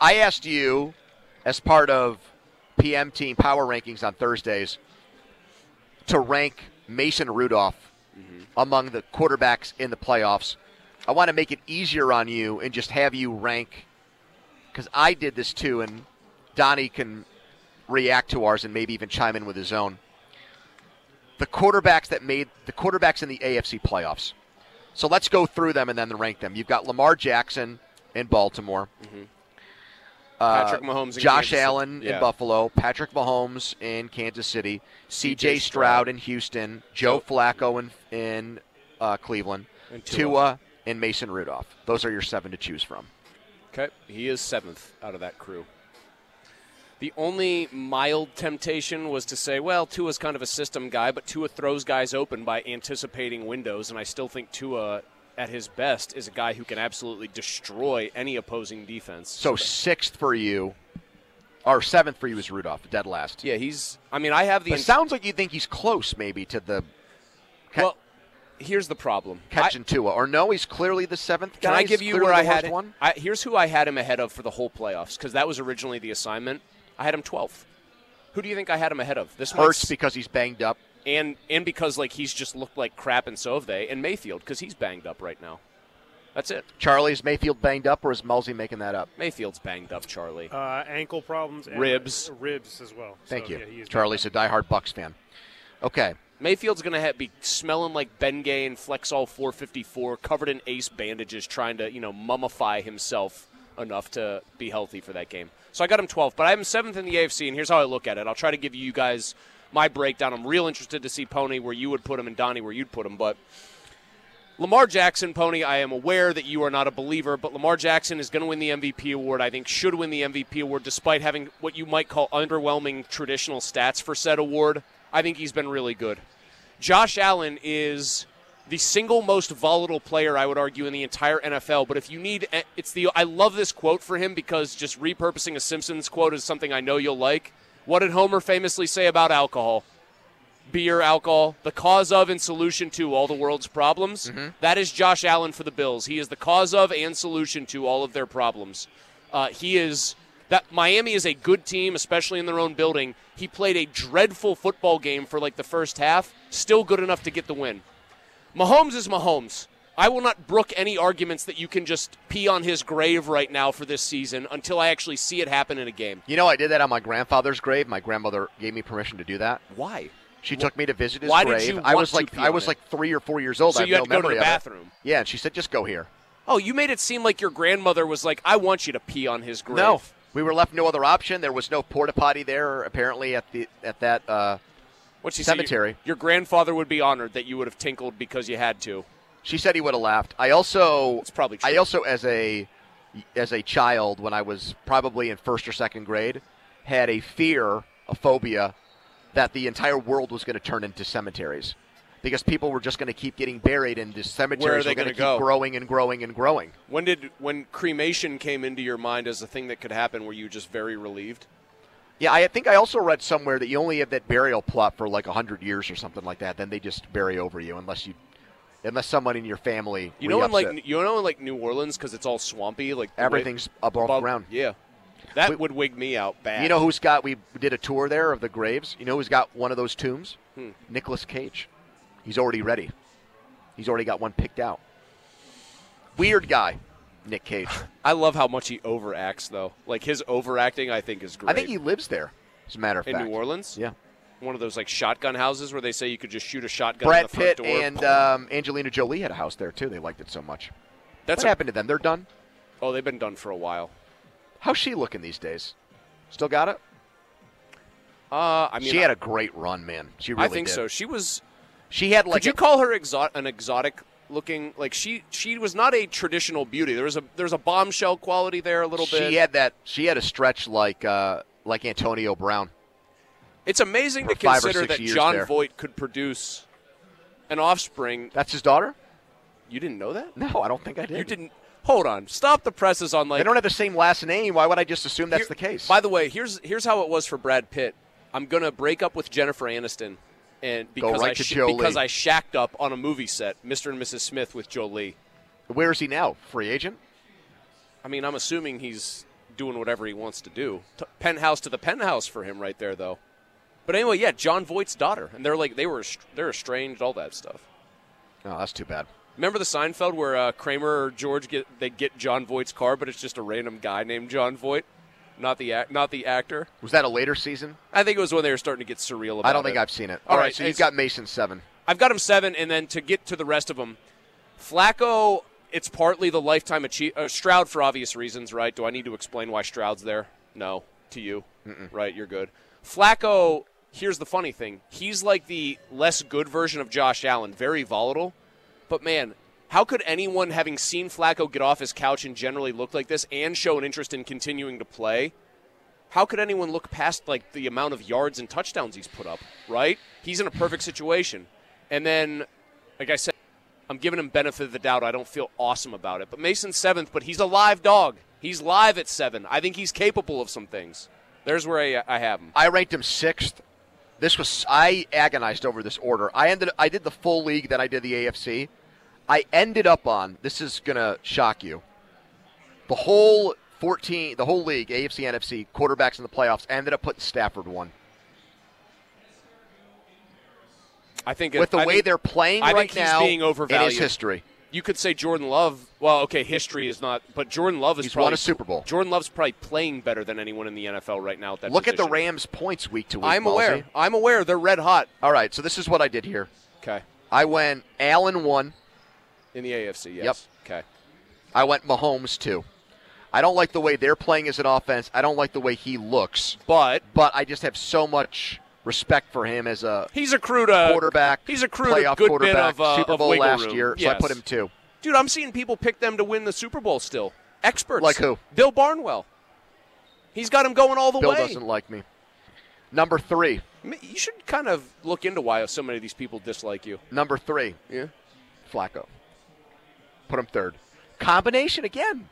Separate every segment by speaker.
Speaker 1: I asked you, as part of PM Team Power Rankings on Thursdays, to rank Mason Rudolph among the quarterbacks in the playoffs. I want to make it easier on you and just have you rank, because I did this too, and Donnie can react to ours and maybe even chime in with his own. The quarterbacks that made the quarterbacks in the AFC playoffs. So let's go through them and then rank them. You've got Lamar Jackson in Baltimore. Uh,
Speaker 2: Patrick Mahomes in
Speaker 1: Josh
Speaker 2: Kansas City.
Speaker 1: Allen in
Speaker 2: Yeah.
Speaker 1: Buffalo, Patrick Mahomes in Kansas City, C.J.
Speaker 2: C.J.
Speaker 1: Stroud
Speaker 2: Stroud.
Speaker 1: in Houston, Joe Flacco in in uh, Cleveland,
Speaker 2: And Tua.
Speaker 1: Tua and Mason Rudolph. Those are your seven to choose from.
Speaker 2: Okay, he is seventh out of that crew. The only mild temptation was to say, well, Tua's kind of a system guy, but Tua throws guys open by anticipating windows, and I still think Tua, at his best, is a guy who can absolutely destroy any opposing defense.
Speaker 1: So sixth for you, or seventh for you is Rudolph, dead last.
Speaker 2: yeah, he's. I mean, I have the.
Speaker 1: It sounds like you think he's close, maybe to the ca-
Speaker 2: well, here's the problem. I-
Speaker 1: catch and Tua, or no, he's clearly the seventh.
Speaker 2: Can
Speaker 1: guy?
Speaker 2: I
Speaker 1: He's
Speaker 2: give you
Speaker 1: clearly
Speaker 2: where
Speaker 1: the
Speaker 2: I had
Speaker 1: worst one?
Speaker 2: I, here's who I had him ahead of for the whole playoffs because that was originally the assignment. I had him 12th. Who do you think I had him ahead of? This
Speaker 1: Hurts
Speaker 2: might s-
Speaker 1: because he's banged up.
Speaker 2: and and because like he's just looked like crap, and so have they. And Mayfield because he's banged up right now. That's it.
Speaker 1: Charlie is Mayfield banged up, or is Mulsey making that up?
Speaker 2: Mayfield's banged up, Charlie.
Speaker 3: Uh, ankle problems. And
Speaker 2: Ribs.
Speaker 3: Ribs as well.
Speaker 1: Thank
Speaker 3: So,
Speaker 1: you.
Speaker 3: yeah, he is-
Speaker 1: Charlie's a diehard Bucks fan. Okay.
Speaker 2: Mayfield's gonna ha- be smelling like Bengay and Flexol 454, covered in ace bandages, trying to you know mummify himself enough to be healthy for that game. So I got him 12th, but I'm seventh in the AFC, and here's how I look at it. I'll try to give you guys my breakdown. I'm real interested to see Pony where you would put him and Donnie where you'd put him, but. Lamar Jackson, Pony, I am aware that you are not a believer, but Lamar Jackson is going to win the MVP award. I think should win the MVP award despite having what you might call underwhelming traditional stats for said award. I think he's been really good. Josh Allen is the single most volatile player I would argue in the entire NFL, but if you need eh, it's the I love this quote for him because just repurposing a Simpsons quote is something I know you'll like. What did Homer famously say about alcohol? beer, alcohol, the cause of and solution to all the world's problems.
Speaker 1: Mm-hmm.
Speaker 2: That is Josh Allen for the Bills. He is the cause of and solution to all of their problems. Uh, he is that Miami is a good team, especially in their own building. He played a dreadful football game for like the first half, still good enough to get the win. Mahomes is Mahomes. I will not brook any arguments that you can just pee on his grave right now for this season until I actually see it happen in a game.
Speaker 1: You know, I did that on my grandfather's grave. My grandmother gave me permission to do that.
Speaker 2: Why?
Speaker 1: She took me to visit his
Speaker 2: Why did
Speaker 1: grave.
Speaker 2: you
Speaker 1: I
Speaker 2: want
Speaker 1: was
Speaker 2: to
Speaker 1: like
Speaker 2: pee
Speaker 1: I
Speaker 2: on
Speaker 1: was
Speaker 2: it?
Speaker 1: like three or four years old.
Speaker 2: So
Speaker 1: I have
Speaker 2: you
Speaker 1: no
Speaker 2: had to go to
Speaker 1: memory
Speaker 2: the
Speaker 1: of it.
Speaker 2: bathroom.
Speaker 1: Yeah, and she said, "Just go here."
Speaker 2: Oh, you made it seem like your grandmother was like, "I want you to pee on his grave."
Speaker 1: No, we were left no other option. There was no porta potty there apparently at the at that. Uh,
Speaker 2: What's she
Speaker 1: Cemetery.
Speaker 2: Say? Your, your grandfather would be honored that you would have tinkled because you had to.
Speaker 1: she said he would have laughed. I also
Speaker 2: It's probably true.
Speaker 1: I also as a as a child when I was probably in first or second grade had a fear, a phobia that the entire world was going to turn into cemeteries because people were just going to keep getting buried and the cemeteries
Speaker 2: they
Speaker 1: were going to
Speaker 2: gonna
Speaker 1: keep
Speaker 2: go?
Speaker 1: growing and growing and growing.
Speaker 2: When did when cremation came into your mind as a thing that could happen? Were you just very relieved?
Speaker 1: Yeah, I think I also read somewhere that you only have that burial plot for like hundred years or something like that. Then they just bury over you unless you, unless someone in your family.
Speaker 2: You know, in
Speaker 1: re-ups
Speaker 2: like
Speaker 1: it.
Speaker 2: you know, in like New Orleans, because it's all swampy. Like the way-
Speaker 1: everything's above
Speaker 2: above-
Speaker 1: ground.
Speaker 2: Yeah, that
Speaker 1: We-
Speaker 2: would wig me out bad.
Speaker 1: You know who's got? We did a tour there of the graves. You know who's got one of those tombs?
Speaker 2: Hmm.
Speaker 1: Nicholas Cage. He's already ready. He's already got one picked out. Weird guy, Nick Cage.
Speaker 2: I love how much he overacts, though. Like his overacting, I think is great.
Speaker 1: I think he lives there. As a matter of
Speaker 2: in
Speaker 1: fact,
Speaker 2: New Orleans,
Speaker 1: Yeah,
Speaker 2: one of those like shotgun houses where they say you could just shoot a shotgun. in
Speaker 1: Brad
Speaker 2: the front
Speaker 1: Pitt
Speaker 2: door.
Speaker 1: and um, Angelina Jolie had a house there too. They liked it so much.
Speaker 2: that's
Speaker 1: what
Speaker 2: a,
Speaker 1: happened to them? They're done.
Speaker 2: oh, they've been done for a while.
Speaker 1: How's she looking these days? Still got it?
Speaker 2: Uh, I mean,
Speaker 1: she had a great run, man. She really
Speaker 2: I think
Speaker 1: did.
Speaker 2: so. She was.
Speaker 1: She had like
Speaker 2: could you
Speaker 1: a-
Speaker 2: call her exo- an exotic looking? Like she, she was not a traditional beauty. There was a there's a bombshell quality there a little bit.
Speaker 1: she had that she had a stretch like uh like Antonio Brown.
Speaker 2: it's amazing to
Speaker 1: for five or
Speaker 2: consider
Speaker 1: six
Speaker 2: that
Speaker 1: years
Speaker 2: John
Speaker 1: there.
Speaker 2: Voight could produce an offspring.
Speaker 1: That's his daughter?
Speaker 2: You didn't know that?
Speaker 1: No, I don't think I did.
Speaker 2: You didn't. Hold on. Stop the presses on like.
Speaker 1: They don't have the same last name. Why would I just assume that's
Speaker 2: Here-
Speaker 1: the case?
Speaker 2: By the way, here's here's how it was for Brad Pitt. I'm gonna break up with Jennifer Aniston, and because
Speaker 1: right
Speaker 2: I
Speaker 1: to Jolie.
Speaker 2: because I shacked up on a movie set, Mr. and Mrs. Smith with Jolie.
Speaker 1: Where is he now? Free agent?
Speaker 2: I mean, I'm assuming he's doing whatever he wants to do. T- penthouse to the penthouse for him right there, though. But anyway, yeah, John Voight's daughter, and they're like they were est- they're estranged, all that stuff.
Speaker 1: Oh, that's too bad.
Speaker 2: Remember the Seinfeld where uh, Kramer or George get they get John Voight's car, but it's just a random guy named John Voight, not the ac- not the actor.
Speaker 1: Was that a later season?
Speaker 2: I think it was when they were starting to get surreal. about
Speaker 1: I don't think
Speaker 2: it.
Speaker 1: I've seen it.
Speaker 2: Uh, All
Speaker 1: All right,
Speaker 2: right,
Speaker 1: so you've
Speaker 2: it's-
Speaker 1: got Mason seven.
Speaker 2: I've got him seven, and then to get to the rest of them, Flacco. It's partly the lifetime achievement. Uh, Stroud for obvious reasons, right? Do I need to explain why Stroud's there? No, to you, right? You're good. Flacco. Here's the funny thing. He's like the less good version of Josh Allen, very volatile. But man, how could anyone having seen Flacco get off his couch and generally look like this and show an interest in continuing to play? How could anyone look past like the amount of yards and touchdowns he's put up, right? He's in a perfect situation. And then like I said, I'm giving him benefit of the doubt. I don't feel awesome about it. But Mason's seventh, but he's a live dog. He's live at seven. I think he's capable of some things. There's where I, I have him.
Speaker 1: I ranked him sixth. This was I agonized over this order. I ended. I did the full league, then I did the AFC. I ended up on this is gonna shock you. The whole fourteen, the whole league, AFC, NFC quarterbacks in the playoffs ended up putting Stafford one.
Speaker 2: I think
Speaker 1: With the
Speaker 2: I
Speaker 1: way
Speaker 2: think-
Speaker 1: they're playing
Speaker 2: I
Speaker 1: right
Speaker 2: think he's
Speaker 1: now,
Speaker 2: being
Speaker 1: in
Speaker 2: overvalued.
Speaker 1: his history,
Speaker 2: you could say Jordan Love. Well, okay, history is not, but Jordan Love is
Speaker 1: He's won
Speaker 2: probably
Speaker 1: a Super Bowl.
Speaker 2: Jordan Love's probably playing better than anyone in the NFL right now. At that
Speaker 1: look at the
Speaker 2: position.
Speaker 1: Rams' points week to week.
Speaker 2: I'm
Speaker 1: Malzi.
Speaker 2: aware. I'm aware. They're red hot.
Speaker 1: All right, so this is what I did here.
Speaker 2: Okay,
Speaker 1: I went Allen one.
Speaker 2: in the AFC. Yes. Okay.
Speaker 1: I went Mahomes two. I don't like the way they're playing as an offense. I don't like the way he looks.
Speaker 2: But
Speaker 1: but I just have so much respect for him as a
Speaker 2: he's accrued a
Speaker 1: quarterback.
Speaker 2: Uh, He's accrued
Speaker 1: playoff
Speaker 2: a good
Speaker 1: quarterback,
Speaker 2: bit of, uh,
Speaker 1: Super
Speaker 2: of
Speaker 1: Bowl
Speaker 2: wiggle
Speaker 1: last
Speaker 2: room.
Speaker 1: year, so I
Speaker 2: Yes.
Speaker 1: put him two.
Speaker 2: Dude, I'm seeing people pick them to win the Super Bowl still. Experts.
Speaker 1: Like who?
Speaker 2: Bill Barnwell. He's got him going all the
Speaker 1: Bill
Speaker 2: way.
Speaker 1: doesn't like me. Number three,
Speaker 2: M- You should kind of look into why so many of these people dislike you.
Speaker 1: number three,
Speaker 2: Yeah.
Speaker 1: Flacco. Put him third. Combination again.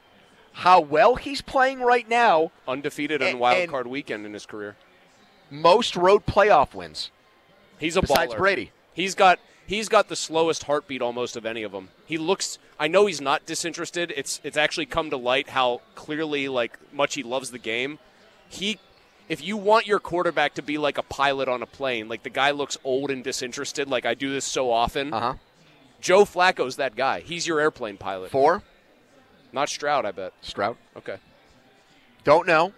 Speaker 1: How well he's playing right now.
Speaker 2: Undefeated on
Speaker 1: And-
Speaker 2: wild
Speaker 1: and-
Speaker 2: card weekend in his career.
Speaker 1: Most road playoff wins.
Speaker 2: He's a
Speaker 1: Besides
Speaker 2: baller.
Speaker 1: Brady.
Speaker 2: He's got he's got the slowest heartbeat almost of any of them. He looks. I know he's not disinterested. It's it's actually come to light how clearly like much he loves the game. He, if you want your quarterback to be like a pilot on a plane, like the guy looks old and disinterested. Like I do this so often.
Speaker 1: Uh huh.
Speaker 2: Joe Flacco's that guy. He's your airplane pilot,
Speaker 1: Four,
Speaker 2: not Stroud. I bet.
Speaker 1: Stroud.
Speaker 2: Okay.
Speaker 1: Don't know.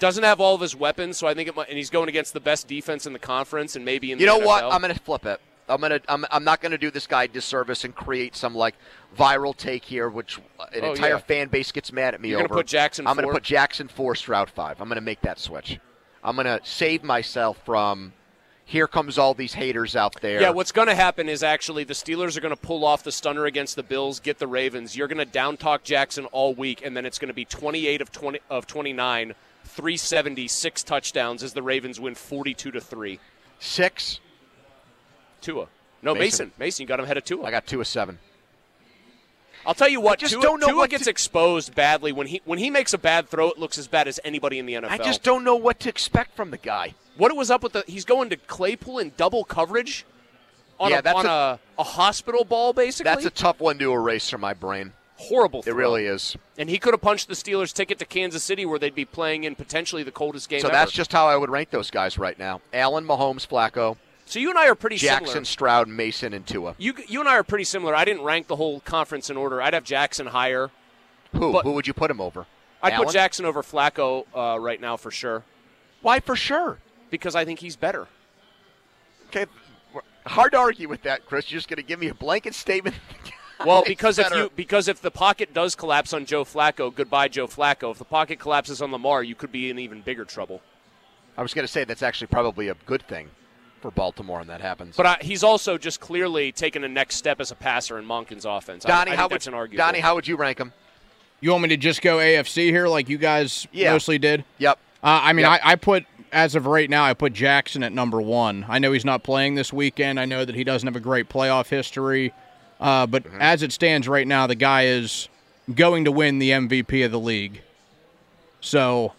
Speaker 2: Doesn't have all of his weapons, so I think it might. And he's going against the best defense in the conference, and maybe in
Speaker 1: You
Speaker 2: the
Speaker 1: know what?
Speaker 2: NFL.
Speaker 1: I'm gonna flip it. I'm gonna. I'm, I'm not gonna do this guy a disservice and create some like viral take here, which an
Speaker 2: Oh,
Speaker 1: entire
Speaker 2: yeah.
Speaker 1: fan base gets mad at me
Speaker 2: You're
Speaker 1: over.
Speaker 2: gonna put Jackson
Speaker 1: I'm gonna
Speaker 2: four?
Speaker 1: put Jackson four, Stroud five. I'm gonna make that switch. I'm gonna save myself from. Here comes all these haters out there.
Speaker 2: Yeah, what's going to happen is actually the Steelers are going to pull off the stunner against the Bills, get the Ravens. You're going to down talk Jackson all week, and then it's going to be 28 of 20 of 29, 370, six touchdowns as the Ravens win 42 to three.
Speaker 1: six?
Speaker 2: Tua, no
Speaker 1: Mason.
Speaker 2: Mason, Mason, you got him ahead of Tua.
Speaker 1: I got two of seven.
Speaker 2: I'll tell you what,
Speaker 1: just
Speaker 2: Tua,
Speaker 1: don't know
Speaker 2: Tua
Speaker 1: what
Speaker 2: gets
Speaker 1: to-
Speaker 2: exposed badly when he when he makes a bad throw. It looks as bad as anybody in the NFL.
Speaker 1: I just don't know what to expect from the guy.
Speaker 2: what it was up with the he's going to Claypool in double coverage on
Speaker 1: Yeah,
Speaker 2: a
Speaker 1: that's
Speaker 2: on
Speaker 1: a-
Speaker 2: a, a hospital ball basically.
Speaker 1: That's a tough one to erase from my brain.
Speaker 2: horrible.
Speaker 1: It
Speaker 2: Throw.
Speaker 1: really is.
Speaker 2: And he could have punched the Steelers' ticket to Kansas City, where they'd be playing in potentially the coldest game.
Speaker 1: So
Speaker 2: ever.
Speaker 1: that's just how I would rank those guys right now: Allen, Mahomes, Flacco,
Speaker 2: so you and I are pretty
Speaker 1: Jackson,
Speaker 2: similar.
Speaker 1: Stroud, Mason, and Tua.
Speaker 2: You you and I are pretty similar. I didn't rank the whole conference in order. I'd have Jackson higher.
Speaker 1: Who?
Speaker 2: But-
Speaker 1: who would you put him over?
Speaker 2: I'd
Speaker 1: Allen?
Speaker 2: put Jackson over Flacco uh, right now for sure
Speaker 1: Why for sure?
Speaker 2: because I think he's better.
Speaker 1: Okay, hard to argue with that, Chris. You're just going to give me a blanket statement.
Speaker 2: Well,
Speaker 1: It's
Speaker 2: because if
Speaker 1: better.
Speaker 2: you because if the pocket does collapse on Joe Flacco, goodbye Joe Flacco. If the pocket collapses on Lamar, you could be in even bigger trouble.
Speaker 1: I was going to say that's actually probably a good thing for Baltimore when that happens.
Speaker 2: But I, he's also just clearly taken a next step as a passer in Monken's offense. I-
Speaker 1: Donnie,
Speaker 2: I, think
Speaker 1: how
Speaker 2: that's
Speaker 1: would
Speaker 2: an argument.
Speaker 1: Donnie, how would you rank him?
Speaker 4: You want me to just go AFC here, like you guys
Speaker 1: Yeah.
Speaker 4: mostly did?
Speaker 1: Yep.
Speaker 4: Uh, I mean,
Speaker 1: Yep.
Speaker 4: I, I put as of right now, I put Jackson at number one. I know he's not playing this weekend. I know that he doesn't have a great playoff history, uh, but
Speaker 1: Mm-hmm.
Speaker 4: as it stands right now, the guy is going to win the MVP of the league. So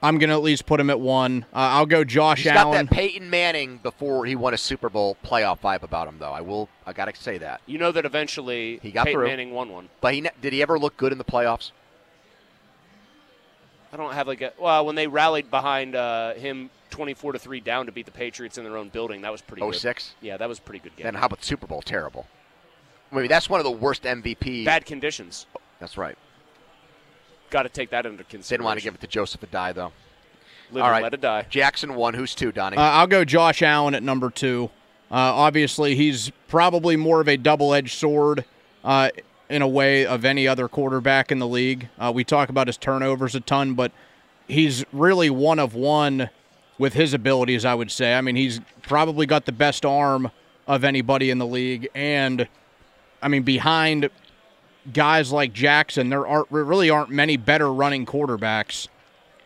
Speaker 4: I'm gonna at least put him at one. Uh, I'll go Josh
Speaker 1: He's got
Speaker 4: Allen.
Speaker 1: that Peyton Manning before he won a Super Bowl playoff vibe about him, though. I will. I got to say that.
Speaker 2: You know that eventually
Speaker 1: He got
Speaker 2: Peyton
Speaker 1: through.
Speaker 2: Manning won one.
Speaker 1: But he ne- did he ever look good in the playoffs?
Speaker 2: I don't have like a well when they rallied behind uh, him 24 to three down to beat the Patriots in their own building. That was pretty.
Speaker 1: Oh,
Speaker 2: good.
Speaker 1: six?
Speaker 2: Yeah, that was a pretty good game.
Speaker 1: Then how about Super Bowl? Terrible. I mean, that's one of the worst MVP.
Speaker 2: Bad conditions.
Speaker 1: That's right.
Speaker 2: Got to take that into consideration.
Speaker 1: Didn't want to give it to Joseph Adai though.
Speaker 2: Live
Speaker 1: All
Speaker 2: and
Speaker 1: right,
Speaker 2: let it die.
Speaker 1: Jackson one. Who's two? Donnie.
Speaker 4: Uh, I'll go Josh Allen at number two. Uh, obviously, he's probably more of a double edged sword uh, in a way of any other quarterback in the league. Uh, we talk about his turnovers a ton, but he's really one of one with his abilities, I would say. I mean, he's probably got the best arm of anybody in the league. And, I mean, behind guys like Jackson, there aren't really aren't many better running quarterbacks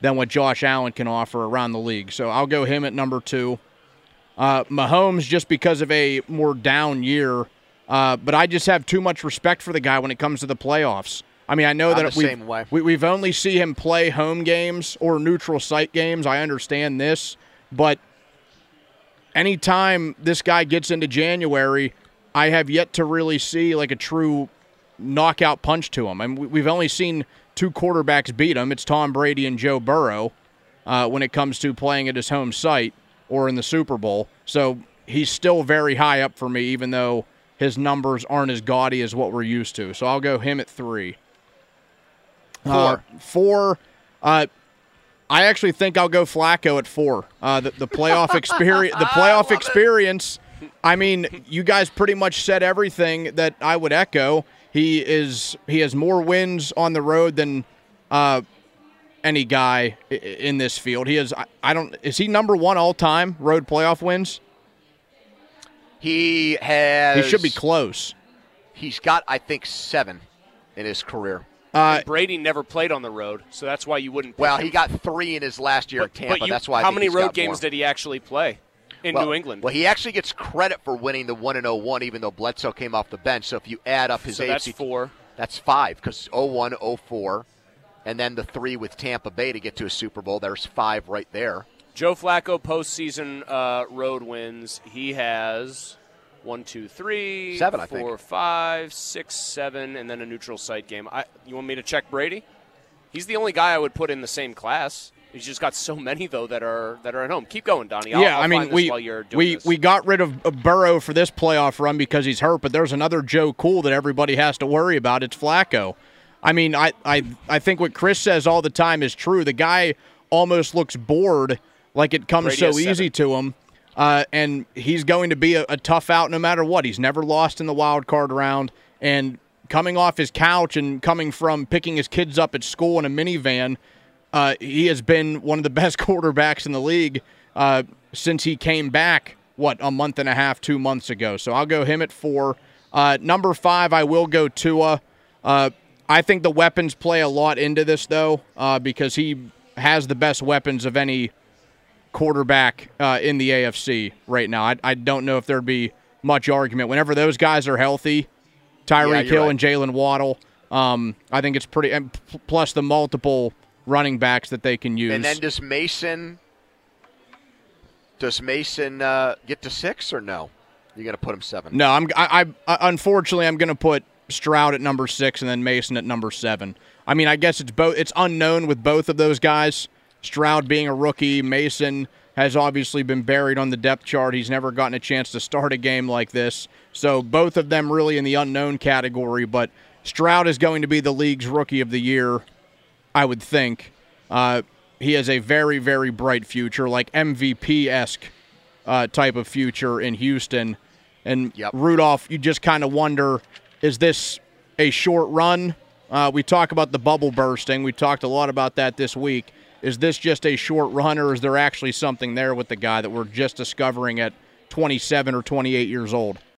Speaker 4: than what Josh Allen can offer around the league. So I'll go him at number two. Uh, Mahomes, just because of a more down year, uh, but I just have too much respect for the guy when it comes to the playoffs. I mean, I know
Speaker 1: I'm
Speaker 4: that
Speaker 1: the
Speaker 4: we've,
Speaker 1: same way.
Speaker 4: We, we've only see him play home games or neutral site games. I understand this, but anytime this guy gets into January, I have yet to really see like a true knockout punch to him. I mean, we- we've only seen two quarterbacks beat him. It's Tom Brady and Joe Burrow uh, when it comes to playing at his home site or in the Super Bowl. So he's still very high up for me, even though his numbers aren't as gaudy as what we're used to. So I'll go him at three.
Speaker 1: Four.
Speaker 4: Uh, four. Uh, I actually think I'll go Flacco at four. Uh, the, the playoff experience. The playoff experience. I mean, you guys pretty much said everything that I would echo. He is. He has more wins on the road than uh, any guy i- i- in this field. He is. I, I don't. Is he number one all time road playoff wins?
Speaker 1: He has.
Speaker 4: He should be close.
Speaker 1: He's got I think seven in his career.
Speaker 4: Uh,
Speaker 2: Brady never played on the road, so that's why you wouldn't. pick
Speaker 1: Well,
Speaker 2: him.
Speaker 1: he got three in his last year at Tampa.
Speaker 2: you-
Speaker 1: That's why. I
Speaker 2: How
Speaker 1: think
Speaker 2: many
Speaker 1: he's
Speaker 2: road
Speaker 1: got
Speaker 2: games
Speaker 1: more.
Speaker 2: did he actually play in
Speaker 1: Well-
Speaker 2: New England?
Speaker 1: Well, he actually gets credit for winning the one and 01, even though Bledsoe came off the bench. So if you add up his
Speaker 2: so
Speaker 1: AFC,
Speaker 2: that's four.
Speaker 1: that's five oh because 01, 04, and then the three with Tampa Bay to get to a Super Bowl. There's five right there.
Speaker 2: Joe Flacco postseason uh, road wins. He has one, two, three,
Speaker 1: Seven, I
Speaker 2: four, five, six, seven, and then a neutral site game. I, you want me to check Brady? He's the only guy I would put in the same class. He's just got so many though that are that are at home. Keep going, Donnie. I'll,
Speaker 4: yeah,
Speaker 2: I'll
Speaker 4: i mean,
Speaker 2: find this
Speaker 4: we
Speaker 2: while you're doing
Speaker 4: we
Speaker 2: this.
Speaker 4: we got rid of of Burrow for this playoff run because he's hurt, but there's another Joe Cool that everybody has to worry about. It's Flacco. I mean, I I I think what Chris says all the time is true. The guy almost looks bored, like it comes
Speaker 2: Brady
Speaker 4: so
Speaker 2: has seven.
Speaker 4: easy to him. Uh, and he's going to be a, a tough out no matter what. He's never lost in the wild card round. And coming off his couch and coming from picking his kids up at school in a minivan, uh, he has been one of the best quarterbacks in the league uh, since he came back, what, a month and a half, two months ago. So I'll go him at four. Uh, number five, I will go Tua. Uh, I think the weapons play a lot into this, though, uh, because he has the best weapons of any quarterback uh, in the AFC right now. I, I don't know if there'd be much argument. Whenever those guys are healthy,
Speaker 1: Yeah,
Speaker 4: Tyreek
Speaker 1: you're
Speaker 4: Hill
Speaker 1: right.
Speaker 4: and Jalen Waddle, um, I think it's pretty. And p- plus the multiple running backs that they can use.
Speaker 1: And then does Mason? Does Mason uh, get to six or no? You're going to put him seven.
Speaker 4: no, I'm. I, I unfortunately I'm going to put Stroud at number six and then Mason at number seven. I mean, I guess it's both. It's unknown with both of those guys. Stroud being a rookie, Mason has obviously been buried on the depth chart. He's never gotten a chance to start a game like this. So both of them really in the unknown category. But Stroud is going to be the league's rookie of the year, I would think. Uh, he has a very very bright future, like MVP esque uh, type of future in Houston. And
Speaker 1: Yep.
Speaker 4: Rudolph, you just kind of wonder is this a short run? Uh, we talk about the bubble bursting. We talked a lot about that this week. Is this just a short run, or is there actually something there with the guy that we're just discovering at 27 or 28 years old?